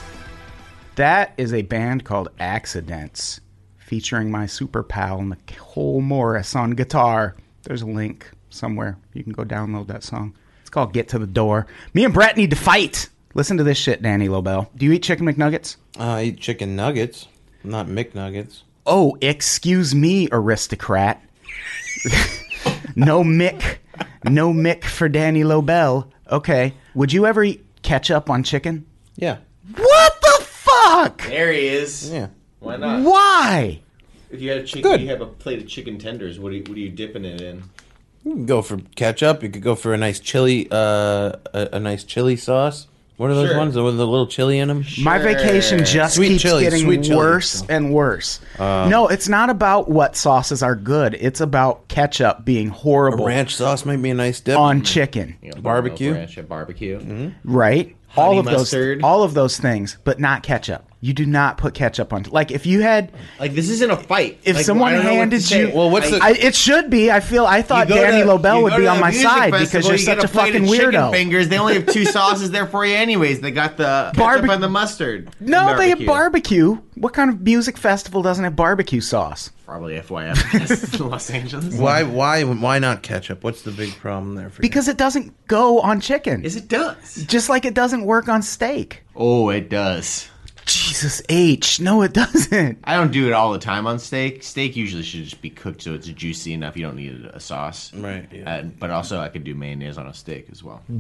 That is a band called Accidents, featuring my super pal Nicole Morris on guitar. There's a link somewhere. You can go download that song. It's called Get to the Door. Me and Brett need to fight. Listen to this shit, Danny Lobel. Do you eat chicken McNuggets?
Uh, I eat chicken nuggets, not McNuggets.
Oh, excuse me, aristocrat. no Mick. No Mick for Danny Lobel. Okay. Would you ever eat ketchup on chicken?
Yeah,
What the fuck?
There he is.
yeah.
Why not?
Why?
If you had a chicken,
Good.
you have a plate of chicken tenders. What are you, what are you dipping it in?
You can go for ketchup. You could go for a nice chili, uh, a, a nice chili sauce. What are those
Sure.
ones? The one with a little chili in them.
My vacation just
Sweet
keeps
chili,
getting
sweet Um, chili.
worse and worse. no, it's not about what sauces are good. It's about ketchup being horrible
Ranch sauce might be a nice dip.
on chicken,
You know,
Barbecue?
ranch, a barbecue.
Mm-hmm. right? all of
mustard.
those, all of those things, but not ketchup. You do not put ketchup on. Like if you had,
Like this isn't a fight.
if
Like, I
someone
don't know what to
handed
say.
you,
Well, what's
I-
the-
I, it should be. I feel I thought
You go
Danny
to-
Lobel
you
would
go
be
to
on
the
my
music
side because
festival,
you're
you
such
get
a
plate
fucking
of chicken
weirdo.
Fingers. They only have two sauces there for you, anyways. They got the ketchup
Barbe-
and the mustard.
No, they have barbecue. What kind of music festival doesn't have barbecue sauce?
Probably FYF Los Angeles.
why, why, why not ketchup? What's the big problem there? For you?
Because it doesn't go on chicken.
Is it does?
just like it doesn't work on steak.
Oh, it does.
Jesus H. No, it doesn't.
I don't do it all the time on steak. Steak usually should just be cooked so it's juicy enough. You don't need a sauce,
Right, yeah.
Uh, but also, I could do mayonnaise on a steak as well.
all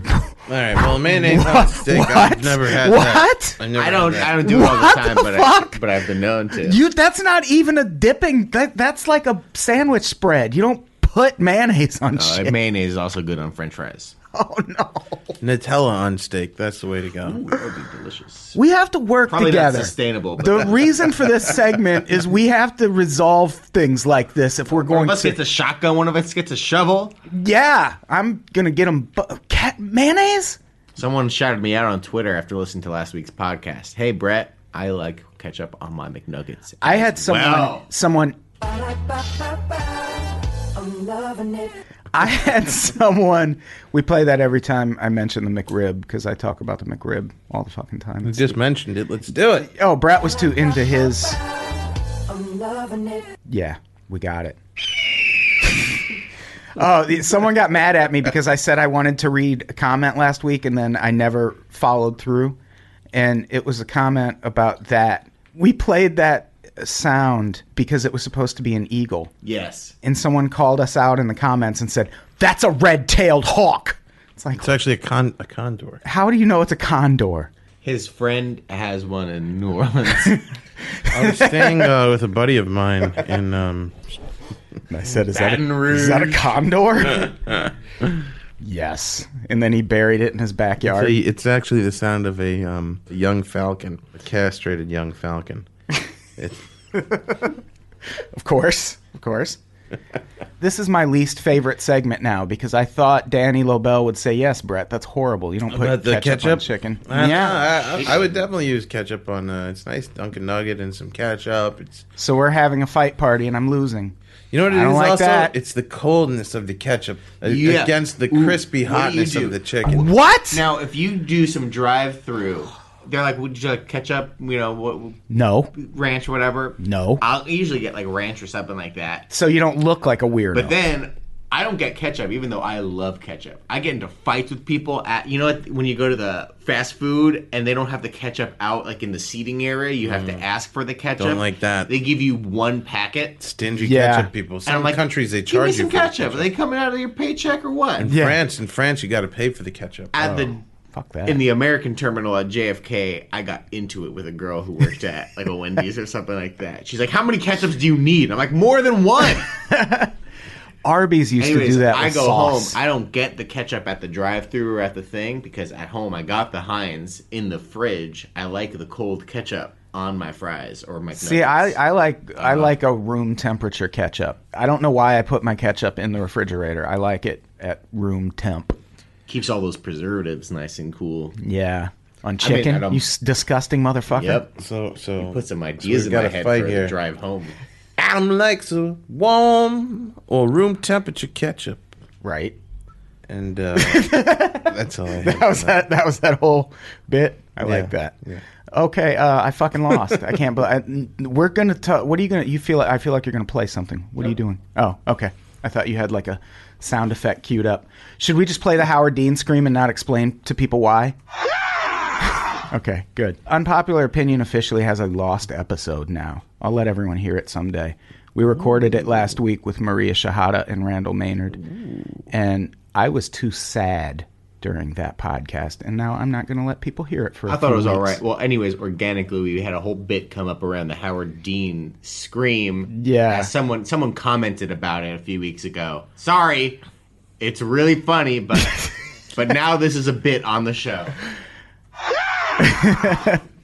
right, well, mayonnaise on steak. I've
What?
never had
What?
that. I've never
I don't.
Had that.
I don't do it all the
What
time,
the
but I,
fuck?
but I've been known to.
You that's not even a dipping. That that's like a sandwich spread. You don't put mayonnaise on
Uh,
shit.
mayonnaise is also good on French fries.
Oh no.
Nutella on steak. That's the way to go.
That would be delicious.
We have to work
Probably
together.
not sustainable. But
the reason for this segment is we have to resolve things like this if we're
one
going
of us
to.
gets a shotgun. One of us gets a shovel.
yeah, I'm gonna get them. Bu- cat mayonnaise.
Someone shouted me out on Twitter after listening to last week's podcast. Hey, Brett, I like ketchup on my McNuggets.
I had someone.
Wow.
Someone. I had someone. We play that every time I mention the McRib because I talk about the McRib all the fucking time.
You just mentioned it. Let's do it.
oh, Brat was too into his. Yeah, we got it. Oh, the- someone got mad at me because I said I wanted to read a comment last week and then I never followed through. And it was a comment about that. We played that sound because it was supposed to be an eagle.
yes.
And someone called us out in the comments and said, That's a red tailed hawk. It's like,
It's actually a con a condor.
how do you know it's a condor?
His friend has one in New Orleans.
I was staying uh, with a buddy of mine in um,
And I said, Is
Baton
that a,
Rouge.
is that a condor? yes. And then he buried it in his backyard.
It's, a- it's actually the sound of a um, a young falcon, a castrated young falcon. It's,
Of course, of course. this is my least favorite segment now because I thought Danny Lobel would say yes, Brett. That's horrible. You don't put
About the
ketchup, on
ketchup? Uh,
chicken.
I don't
yeah.
know, I, I, I would definitely use ketchup on. Uh, it's nice Dunkin' Nugget and some ketchup. It's
So we're having a fight party and I'm losing.
you know what it
I
is
don't like
also.
that.
It's the coldness of the ketchup uh,
Yeah.
against the
Ooh,
crispy
what do you
hotness
do?
of the chicken.
What?
now, if you do some drive-through, they're like, "Would you like ketchup? You know, what
No.
ranch, or whatever."
No.
I'll usually get like ranch or something like that.
So you don't look like a weirdo.
But then I don't get ketchup, even though I love ketchup. I get into fights with people at you know what, when you go to the fast food and they don't have the ketchup out like in the seating area, you have to ask for the ketchup.
Mm. Don't like that.
They give you one packet.
Stingy
Yeah.
ketchup people.
And
Some
I'm like,
countries they
give me
charge
some
you for the
ketchup. Are they coming out of your paycheck or what?
In
Yeah.
France, in France, you got to pay for the ketchup.
At the
Fuck that.
in the American terminal at JFK, I got into it with a girl who worked at like a Wendy's or something like that. She's like, "How many ketchups do you need?" And I'm like, "More than one."
Arby's used
Anyways,
to do that.
I
with
go
sauce.
home. I don't get the ketchup at the drive-through or at the thing because at home I got the Heinz in the fridge. I like the cold ketchup on my fries or my.
See, I, I like I
Uh-huh.
like a room temperature ketchup. I don't know why I put my ketchup in the refrigerator. I like it at room temp.
keeps all those preservatives nice and cool.
Yeah, on chicken.
I don't-
you s- disgusting motherfucker.
Yep,
so so
put some
so we've
ideas
got
in
a
my head
fight
for
here.
the drive home.
Adam likes a warm or room temperature ketchup.
Right.
And uh, that's all I have.
That was that. That was that whole bit. I like
Yeah,
that. Okay, uh, I fucking lost. I can't. But we're gonna. ta- what are you gonna? You feel? like I feel like you're gonna play something. What are you doing? Oh, okay. I thought you had like a sound effect queued up. Should we just play the Howard Dean scream and not explain to people why? Okay, good. Unpopular Opinion officially has a lost episode now. I'll let everyone hear it someday. We recorded it last week with Maria Shahada and Randall Maynard, and I was too sad during that podcast, and now I'm not going to let people hear it for. I
I thought it was all right. Well, anyways, organically we had a whole bit come up around the Howard Dean scream.
Yeah.
As someone someone commented about it a few weeks ago. Sorry, it's really funny, but but now this is a bit on the show.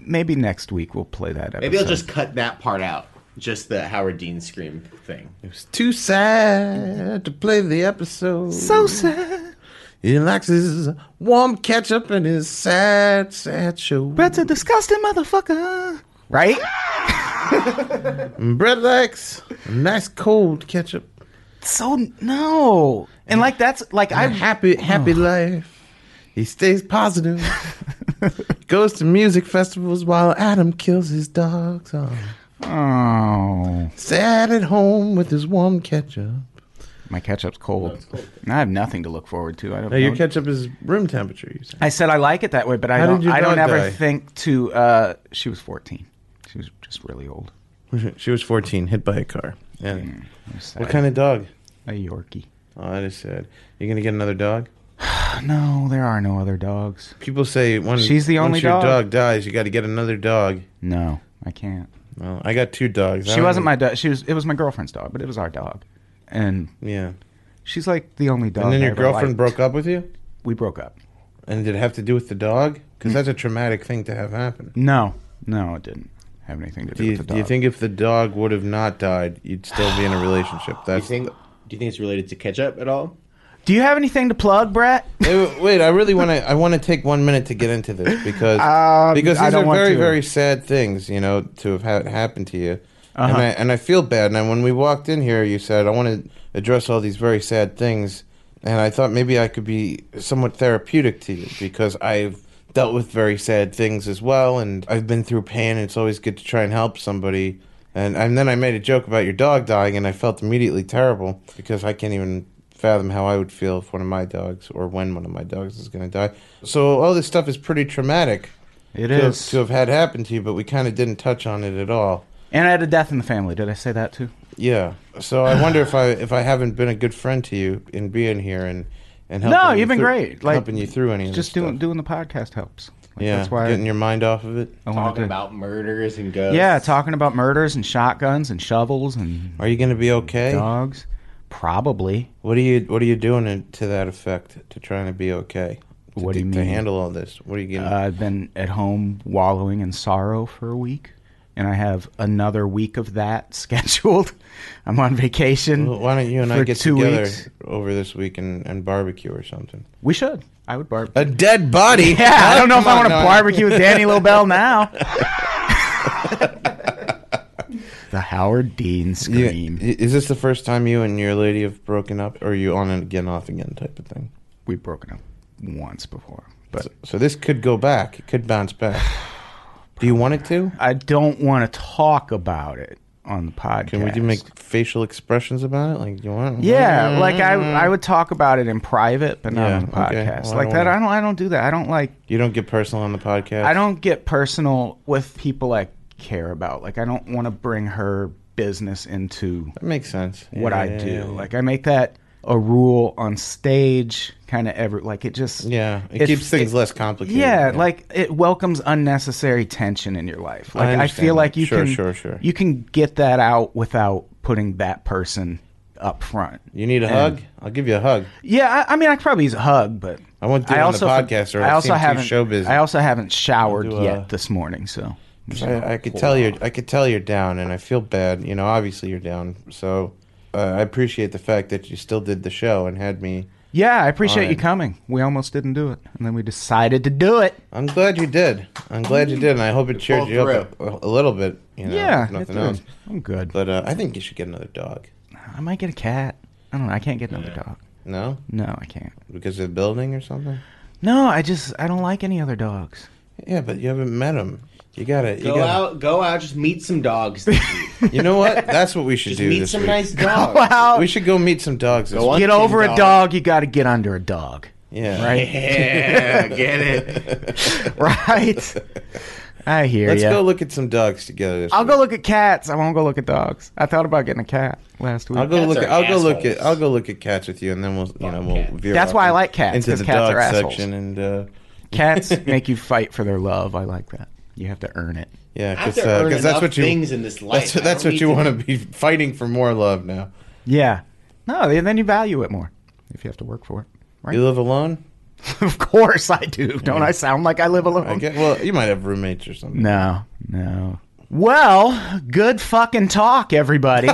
Maybe next week we'll play that episode.
Maybe I'll just cut that part out. Just the Howard Dean scream thing.
It's too sad to play the episode. So sad. He likes his warm ketchup and his sad, sad show.
Brett's a disgusting motherfucker. Right?
Brett likes a nice cold ketchup.
So no, and like that's like
A
I Oh.
happy, happy life. He stays positive. Goes to music festivals while Adam kills his dogs. Oh.
oh
Sad at home with his warm ketchup.
my ketchup's cold. I have nothing to look forward to. I don't.
No, your
know.
ketchup is room temperature. You say.
I said I like it that way, but I
How
don't.
did your
I don't
dog
ever
die?
think to. uh She was fourteen. She was just really old.
She was 14, hit by a car. Yeah.
Sad.
What kind of dog?
A Yorkie.
Oh, that is sad. You're gonna get another dog.
No, there are no other dogs.
People say when
She's the only
once your
dog.
dog dies, you got to get another dog.
No, I can't.
Well, I got two dogs. I
She
don't
wasn't
know-
my dog. She was. It was my girlfriend's dog, but it was our dog, and
Yeah.
she's like the only dog.
And then
I
your
ever
girlfriend
liked.
broke up with you,
We broke up.
and did it have to do with the dog? Because
Hmm.
that's a traumatic thing to have happen.
No, no, it didn't have anything to do,
Do you,
with the dog.
do you think if the dog would have not died, you'd still be in a relationship?
Do
That's
you think do you think it's related to ketchup at all?
Do you have anything to plug, Brett?
Hey, wait, I really want to. I want to take one minute to get into this because
Um,
because
I
these
don't
are
want
very
to.
very sad things, you know, to have ha- happened to you. And I and I feel bad. And when we walked in here, you said I want to address all these very sad things, and I thought maybe I could be somewhat therapeutic to you because I've dealt with very sad things as well, and I've been through pain. And it's always good to try and help somebody. And and then I made a joke about your dog dying, and I felt immediately terrible because I can't even fathom how I would feel if one of my dogs or when one of my dogs is going to die. So all this stuff is pretty traumatic
It
to,
is.
to have had happen to you, but we kind of didn't touch on it at all.
And I had a death in the family. Did I say that too?
Yeah. So I wonder if I if I haven't been a good friend to you in being here and and
No,
helping you
you've been
through-
great. Like,
helping you through any of
Just
this
doing
stuff.
doing the podcast helps. Like,
yeah,
that's why I, Oh.
getting your mind off of it.
I wanted
Talking
to.
about murders and ghosts.
yeah, talking about murders and shotguns and shovels and
Are you going to be okay?
dogs. Probably.
What are you What are you doing in- to that effect to trying to be okay? To,
What do you
to
mean?
handle all this? What are you going?
Uh, I've been at home wallowing in sorrow for a week, and I have another week of that scheduled. I'm on vacation.
Well, why don't you and I
for
get
two
together
weeks.
over this week and, and barbecue or something?
We should. I would barb.
A dead body?
Yeah, I don't know if
Come
I
on,
want to
no,
barbecue with Danny Lobel now. the Howard Dean
You-
scream.
i- is this the first time you and your lady have broken up, or are you on and again, off again type of thing?
We've broken up once before, but
So, so this could go back. It could bounce back. Do you want it to?
I don't want to talk about it on the podcast.
Can we do make facial expressions about it? Like, do you want?
Yeah, like I, I would talk about it in private, but not
Yeah,
on the
okay.
podcast.
Well, I
like
don't
that,
wanna-
I don't, I don't do that. I don't like,
You don't get personal on the podcast.
I don't get personal with people I care about. Like I don't want to bring her business into
That makes sense.
what I
Yeah,
do.
yeah, yeah.
Like I make that a rule on stage, kind of every like it just
yeah, it,
it-
keeps things
it-
less complicated.
Yeah, like it welcomes unnecessary tension in your life. Like I,
understand
feel
that.
like you
Sure,
can
sure, sure.
you can get that out without putting that person up front.
you need a hug. I'll give you a hug.
Yeah, I, I mean I could probably use a hug, but
I won't do it on the podcast, or
I
I'll
also
seem too
haven't
show busy.
I also haven't showered
do a-
yet this morning, so
I, I could tell you're I could tell you're down, and I feel bad. You know, obviously you're down. So uh, I appreciate the fact that you still did the show and had me.
yeah, I appreciate you
Alright.
coming. We almost didn't do it, and then we decided to do it.
I'm glad you did. I'm glad
Mm.
you did, and I hope it cheered
pulled
you up a, a little bit. You know,
yeah,
if
it
nothing
did.
else.
I'm good.
But uh, I think you should get another dog.
I might get a cat. I don't know. I can't get another dog.
No,
No, I can't.
because of the building or something.
No, I just I don't like any other dogs.
Yeah, but you haven't met him. You gotta you
Go
gotta,
out go out, just meet some dogs. this week.
You know what? That's what we should
just
do
meet
this
some
week.
nice dogs.
Wow.
Uh, We should go meet some dogs. This
Go
week.
on.
get over a
Dog.
dog, you got to get under a dog.
Yeah.
Right?
Yeah, get it.
right? I hear
Let's
ya.
go look at some dogs together. This
I'll
week.
go look at cats. I won't go look at dogs. I thought about getting a cat last week.
I'll go
Cats
look.
are
At, I'll go look at.
assholes.
I'll go look at cats with you, and then we'll you know we'll
cats.
veer.
That's
off
why I
in-
like cats,
into
'cause
the
cats
dog
are assholes.
section and uh,
cats make you fight for their love. I like that. You have to earn it.
yeah,
I have
because
to earn
that's
enough
what you
things in this life.
That's, that's what you want to be fighting for more love now.
Yeah. No, then then you value it more if you have to work for it.
You
Right?
live alone.
of course I do. Don't I sound like I live alone?
I get, well, you might have roommates or something.
Oh. No, no. Well, good fucking talk, everybody.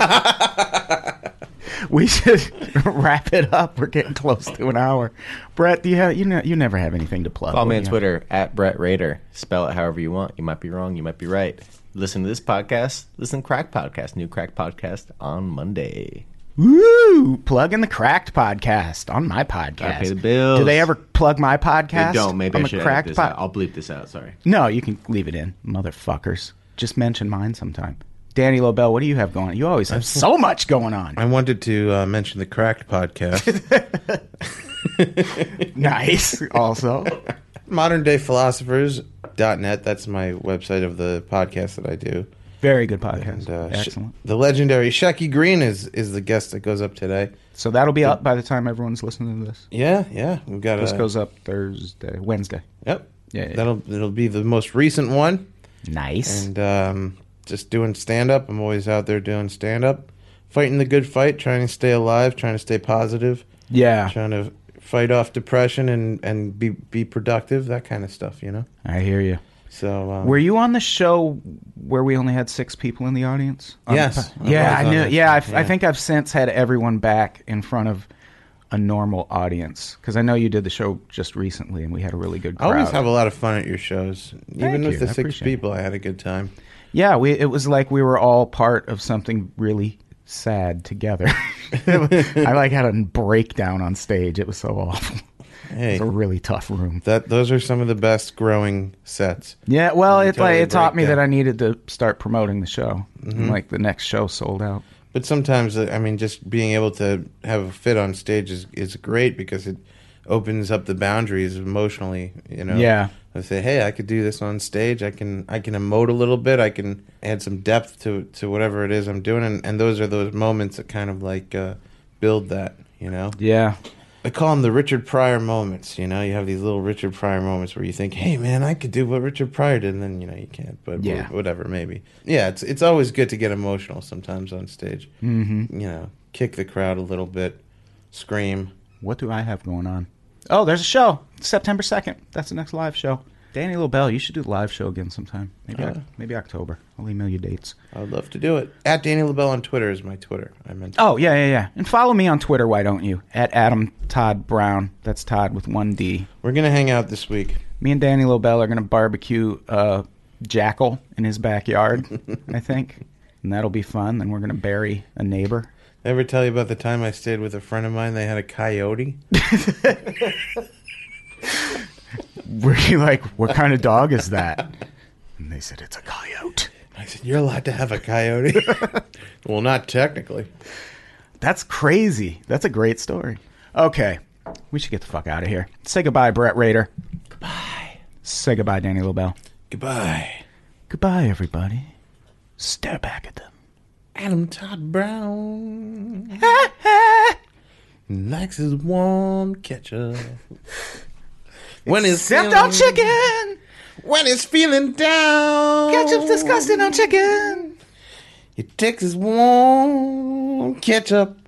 we should wrap it up. We're getting close to an hour. Brett, do you have you know you never have anything to plug?
Follow
do
me on
you?
Twitter at Brett Rader. Spell it however you want. You might be wrong. You might be right. Listen to this podcast. Listen to Crack Podcast. New Crack Podcast on Monday.
Woo! Plug in the Cracked podcast on my podcast.
pay the bills.
Do they ever plug my podcast?
They don't. Maybe
on
I
the
should edit
Cracked
this
pod-
out. I'll bleep this out. Sorry.
No, you can leave it in, motherfuckers. Just mention mine sometime. Danny Lobel, what do you have going? on? You always have so much going on.
I wanted to uh, mention the Cracked podcast,
Nice. Also,
moderndayphilosophers.net. That's my website of the podcast that I do.
very good podcast.
And, uh, Sh-
Excellent.
the legendary Shecky Green is is the guest that goes up today.
So that'll be up by the time everyone's listening to this.
Yeah, yeah, we've got
This
a,
goes up Thursday, Wednesday.
Yep.
Yeah, yeah.
That'll it'll be the most recent one.
Nice.
And um, just doing stand up. I'm always out there doing stand up, fighting the good fight, trying to stay alive, trying to stay positive,
yeah,
trying to fight off depression and and be be productive, that kind of stuff, you know.
I hear you.
So um,
Were you on the show where we only had six people in the audience? On the
Yes,
po-
I
yeah,
was
I
on
knew.
that
Yeah,
show,
I f I I
yeah.
think I've since had everyone back in front of a normal audience because I know you did the show just recently and we had a really good
I
crowd.
always have a lot of fun at your shows. Even with
you.
the
I
six
appreciate it.
people, I had a good time.
Yeah, we it was like we were all part of something really sad together. I like had a breakdown on stage. It was so awful.
Hey,
It's a really tough room.
that those are some of the best growing sets.
Yeah, well,
You
it like Mm-hmm.
totally
it taught
break
me
down.
that I needed to start promoting the show. And, Like the next show sold out.
But sometimes, uh, I mean, just being able to have a fit on stage is, is great because it opens up the boundaries emotionally. You know,
Yeah.
I say, hey, I could do this on stage. I can I can emote a little bit. I can add some depth to to whatever it is I'm doing. And, and those are those moments that kind of like uh, build that. You know,
Yeah.
I call them the Richard Pryor moments. You know, you have these little Richard Pryor moments where you think, "Hey, man, I could do what Richard Pryor did," and then you know you can't. But
Yeah.
wh- whatever, maybe. Yeah, it's it's always good to get emotional sometimes on stage. Mm-hmm. You know, kick the crowd a little bit, scream.
What do I have going on? Oh, there's a show. It's September 2nd. That's the next live show. Danny Lobel, you should do the live show again sometime. Maybe
Uh.
Oc- maybe October. I'll email you dates.
I'd love to do it. At Danny LaBelle on Twitter is my Twitter. I meant.
Oh yeah, yeah, yeah. And follow me on Twitter, why don't you? At Adam Todd Brown. That's Todd with one D.
We're gonna hang out this week.
Me and Danny Lobel are gonna barbecue uh, jackal in his backyard, I think, and that'll be fun. Then we're gonna bury a neighbor.
Did I Ever tell you about the time I stayed with a friend of mine? They had a coyote.
Were you like, what kind of dog is that? And they said it's a coyote.
I said, "You're allowed to have a coyote." well, not technically.
That's crazy. That's a great story. Okay, we should get the fuck out of here. Say goodbye, Brett Rader. Goodbye. Say goodbye, Danny Lobel.
Goodbye.
Goodbye, everybody. Stare back at them.
Adam Todd Brown likes his warm ketchup. When it's
Except on chicken.
when it's feeling down,
Ketchup's disgusting on chicken.
He takes his warm ketchup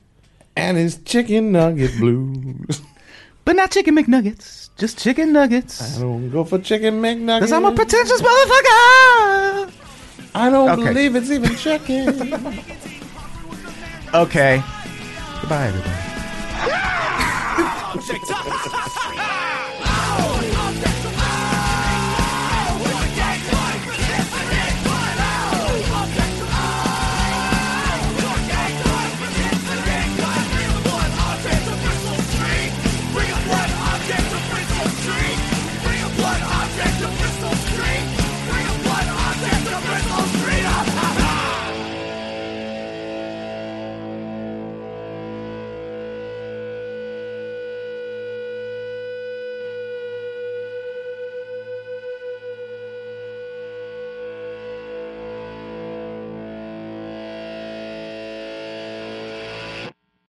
and his chicken nugget blues.
But not chicken McNuggets. Just chicken
I
nuggets.
don't go for chicken McNuggets.
Because I'm a pretentious motherfucker.
I don't
Okay.
believe it's even chicken.
Okay. Goodbye, everybody.